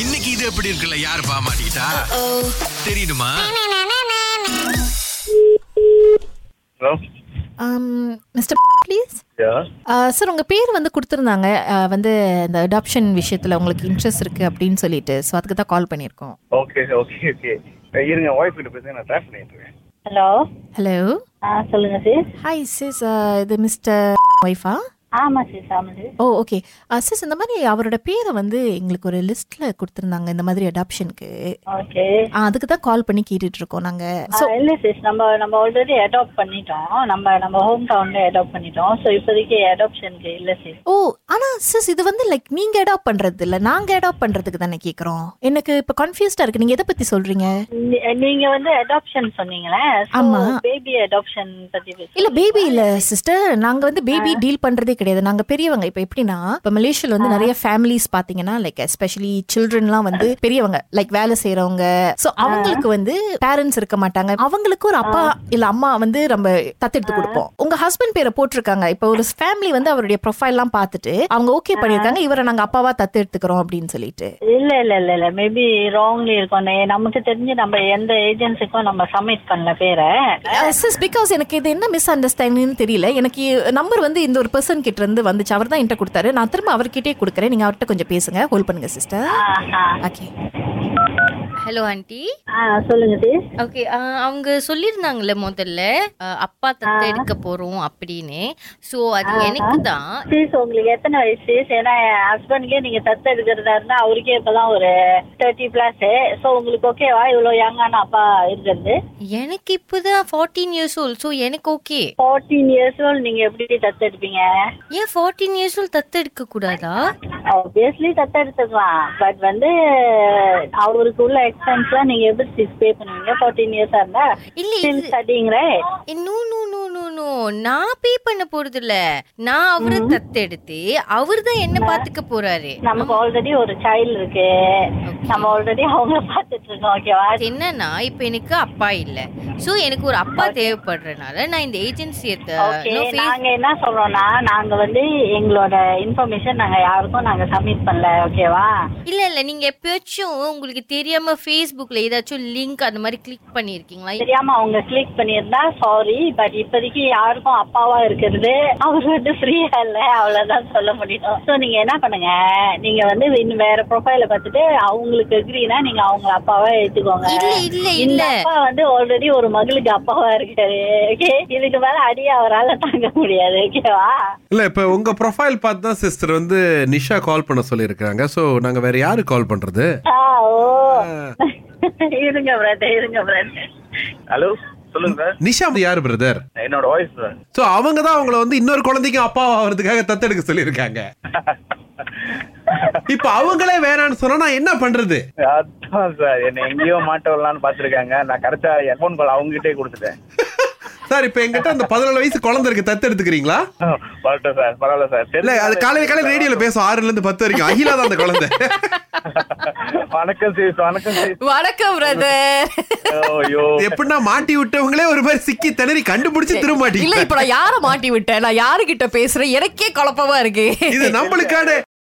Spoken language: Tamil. இன்னைக்கு இது எப்படி இருக்குல்ல யாரு பாமாட்டா தெரியுமா hello mister please yeah sir உங்கள் Uh, பேர் வந்து கொடுத்துருந்தாங்க அஹ், வந்து இந்த அடாப்ஷன் விஷயத்தில் உங்களுக்கு இன்ட்ரெஸ்ட் இருக்குது அப்படின்னு சொல்லிட்டு ஸோ அதுக்கு தான் கால் பண்ணியிருக்கோம் ஓகே ஓகே ஓகே இருங்க ஒய்ஃப் கிட்ட பேசுங்க நான் ட்ராப் பண்ணிட்டு இருக்கேன் ஹலோ ஹலோ ஆ சொல்லுங்க சிஸ் ஹாய் சிஸ் Uh, இது மிஸ்டர் ஒய்ஃபா ஆமா சிஸ் ஆமா sis oh okay sis Uh, இந்த மாதிரி அவரோட பேரை வந்து எங்களுக்கு ஒரு லிஸ்ட்டில் கொடுத்துருந்தாங்க இந்த மாதிரி அடாப்ஷனுக்கு ஓகே அதுக்கு தான் கால் பண்ணி கேட்டுட்டு இருக்கோம் நாங்கள் ஆ, இல்ல சிஸ் நம்ம நம்ம ஆல்ரெடி அடாப்ட் பண்ணிட்டோம் நம்ம நம்ம ஹோம் டவுன்ல அடாப்ட் பண்ணிட்டோம் சோ இப்போதைக்கு அடாப்ஷனுக்கு இல்ல சிஸ் ஓ Oh, ஆனா சிஸ் இது வந்து லைக் நீங்க அடாப்ட் பண்றது இல்ல நாங்க அடாப்ட் பண்றதுக்கு தானே கேக்குறோம் எனக்கு இப்ப கன்ஃபியூஸ்டா இருக்கு நீங்க எதை பத்தி சொல்றீங்க நீங்க வந்து அடாப்ஷன் சொன்னீங்களே ஆமா. பேபி அடாப்ஷன் பத்தி பேசு- இல்ல பேபி இல்ல சிஸ்டர் நாங்க வந்து பேபி டீல் பண்றதே கிடையாது நாங்க பெரியவங்க இப்ப எப்படின்னா இப்ப மலேசியால வந்து நிறைய ஃபேமிலிஸ் பாத்தீங்கன்னா லைக் எஸ்பெஷலி சில்ட்ரன்லாம் வந்து பெரியவங்க லைக் வேலை செய்யறவங்க சோ அவங்களுக்கு வந்து பேரண்ட்ஸ் இருக்க மாட்டாங்க அவங்களுக்கு ஒரு அப்பா இல்ல அம்மா வந்து நம்ம தத்தெடுத்து கொடுப்போம் உங்க ஹஸ்பண்ட் பேரை போட்டிருக்காங்க இப்ப ஒரு ஃபேமிலி வந்து அவருடைய ப்ரொஃபைல் எல்லாம் பார்த்துட்டு அவங்க ஓகே பண்ணிருக்காங்க இவரை நாங்க அப்பாவா தத்தெடுத்துக்கிறோம் அப்படின்னு சொல்லிட்டு இல்ல இல்ல இல்ல இல்ல மேபி ராங்லி இருக்கும் நே- நமக்கு தெரிஞ்சு நம்ம எந்த ஏஜென்சிக்கும் நம்ம சப்மிட் பண்ணல பேரை சிஸ் பிகாஸ் Uh, எனக்கு இது என்ன மிஸ் அண்டர்ஸ்டாண்டிங்னு தெரியல எனக்கு நம்பர் வந்து இந்த ஒரு பர்சன் கிட்ட இருந்து வந்துச்சு அவர் தான் என்கிட்ட கொடுத்தாரு நான் திரும்ப அவர்கிட்டயே கொடுக்குறேன் நீங்க அவர்கிட்ட கொஞ்சம் பேசுங்க ஹோல்ட் பண்ணுங்க சிஸ்டர் ஓகே ஹலோ ஆண்டி ஆ சொல்லுங்க சிஸ் ஓகே uh, அவங்க சொல்லியிருந்தாங்கல்ல முதல்ல அஹ், அப்பா தத்தை எடுக்க போறோம் அப்படின்னு ஸோ அது எனக்கு தான் சீஸ் உங்களுக்கு எத்தனை வயசு சீஸ் ஏன்னா என் ஹஸ்பண்டுக்கே நீங்க தத்து எடுக்கிறதா இருந்தா அவருக்கே இப்பதான் ஒரு தேர்ட்டி பிளஸ் சோ உங்களுக்கு ஓகேவா இவ்வளவு யங்கான அப்பா இருக்கிறது எனக்கு இப்போதான் ஃபார்ட்டீன் இயர்ஸ் ஓல்ட் ஸோ எனக்கு ஓகே ஃபோர்டீன் இயர்ஸ் ஓல்ட் நீங்க எப்படி தத்து எடுப்பீங்க ஏன் ஃபார்ட்டீன் இயர்ஸ் ஓல்ட் தத்தை எடுக்க கூடாதா ஆப்வியஸ்லி தத்து எடுத்துக்கலாம் பட் வந்து அவருக்கு உள்ள எக்ஸ்பென்ஸ்லாம் நீங்க எப்படி சீஸ் பே பண்ணுவீங்க ஃபோர்டீன் இயர்ஸா இருந்தா இல்ல ஸ்டில் இது ஸ்டடிங்கிற no no no no no நான் பே பண்ண போறது இல்ல நான் அவரை தத்தெடுத்து அவர் தான் என்ன பாத்துக்க போறாரு நமக்கு ஆல்ரெடி ஒரு சைல்டு இருக்கு நம்ம ஆல்ரெடி அவங்கள பாத்துட்டு இருக்கோம் ஓகேவா அது என்னன்னா இப்ப எனக்கு அப்பா இல்ல சோ எனக்கு ஒரு அப்பா தேவைப்படுறதுனால நான் இந்த ஏஜென்சியை ஓகே நாங்க என்ன சொல்றோம்னா நாங்க வந்து எங்களோட இன்ஃபர்மேஷன் நாங்க யாருக்கும் நாங்க சப்மிட் பண்ணல ஓகேவா இல்ல இல்ல நீங்க எப்பயாச்சும் உங்களுக்கு தெரியாம Facebookல ஏதாச்சும் லிங்க் அந்த மாதிரி கிளிக் பண்ணிருக்கீங்களா தெரியாம அவங்க கிளிக் பண்ணியிருந்தா சாரி பட் இப்போதைக்கு யாருக்கும் அப்பாவா இருக்கிறது அவர் வந்து ஃப்ரீயா இல்ல அவ்வளவுதான் சொல்ல முடியும் சோ நீங்க என்ன பண்ணுங்க நீங்க வந்து இன்னும் வேற ப்ரொஃபைல பார்த்துட்டு அவங்களுக்கு எக்ரினா நீங்க அவங்க அப்பாவா ஏத்துக்கோங்க இல்ல இல்ல இந்த இல்ல அப்பா வந்து ஆல்ரெடி ஒரு மகளுக்கு அப்பாவா இருக்காரு ஓகே இதுக்கு மேல அடி அவரால தாங்க முடியாது ஓகேவா இல்ல இப்ப உங்க ப்ரொஃபைல் பார்த்து தான் சிஸ்டர் வந்து நிஷா கால் பண்ண சொல்லியிருக்காங்க சோ நாங்க வேற யாரு கால் பண்றது ஆ ஓ இருங்க பிரதர் இருங்க பிரதர் ஹலோ சொல்லுங்க சார் நிஷா யாரு பிரதர் என்னோட வாய்ஸ் சார் சோ அவங்க தான் அவங்கள வந்து இன்னொரு குழந்தைக்கு அப்பா ஆகிறதுக்காக தத்தெடுக்க சொல்லியிருக்காங்க இப்ப அவங்களே வேணான்னு சொன்னா நான் என்ன பண்றது அதான் சார் என்ன எங்கேயோ மாட்ட வரலான்னு பாத்துருக்காங்க நான் கரெக்டா ஹெட்போன் கால் அவங்ககிட்டே கொடுத்துட்டேன் சார் இப்ப எங்கிட்ட அந்த பதினேழு வயசு குழந்தை இருக்கு தத்தெடுத்துக்கிறீங்களா வரட்டும் சார் பரவாயில்ல சார் இல்ல அது காலையில காலையில ரேடியோல பேசும் ஆறுல இருந்து பத்து வரைக்கும் அகிலா தான் அந்த குழந்தை வணக்கம் சீஸ் வணக்கம் சீஸ் வணக்கம் பிரதர் ஐயோ எப்படின்னா மாட்டி விட்டவங்களே ஒரு மாதிரி சிக்கி திணறி கண்டுபிடிச்சு திரும்ப இல்ல மாட்டீங்க இப்ப நான் யார மாட்டி விட்டேன் நான் யாருகிட்ட பேசுறேன் எனக்கே குழப்பமா இருக்கு இது நம்மளுக்கான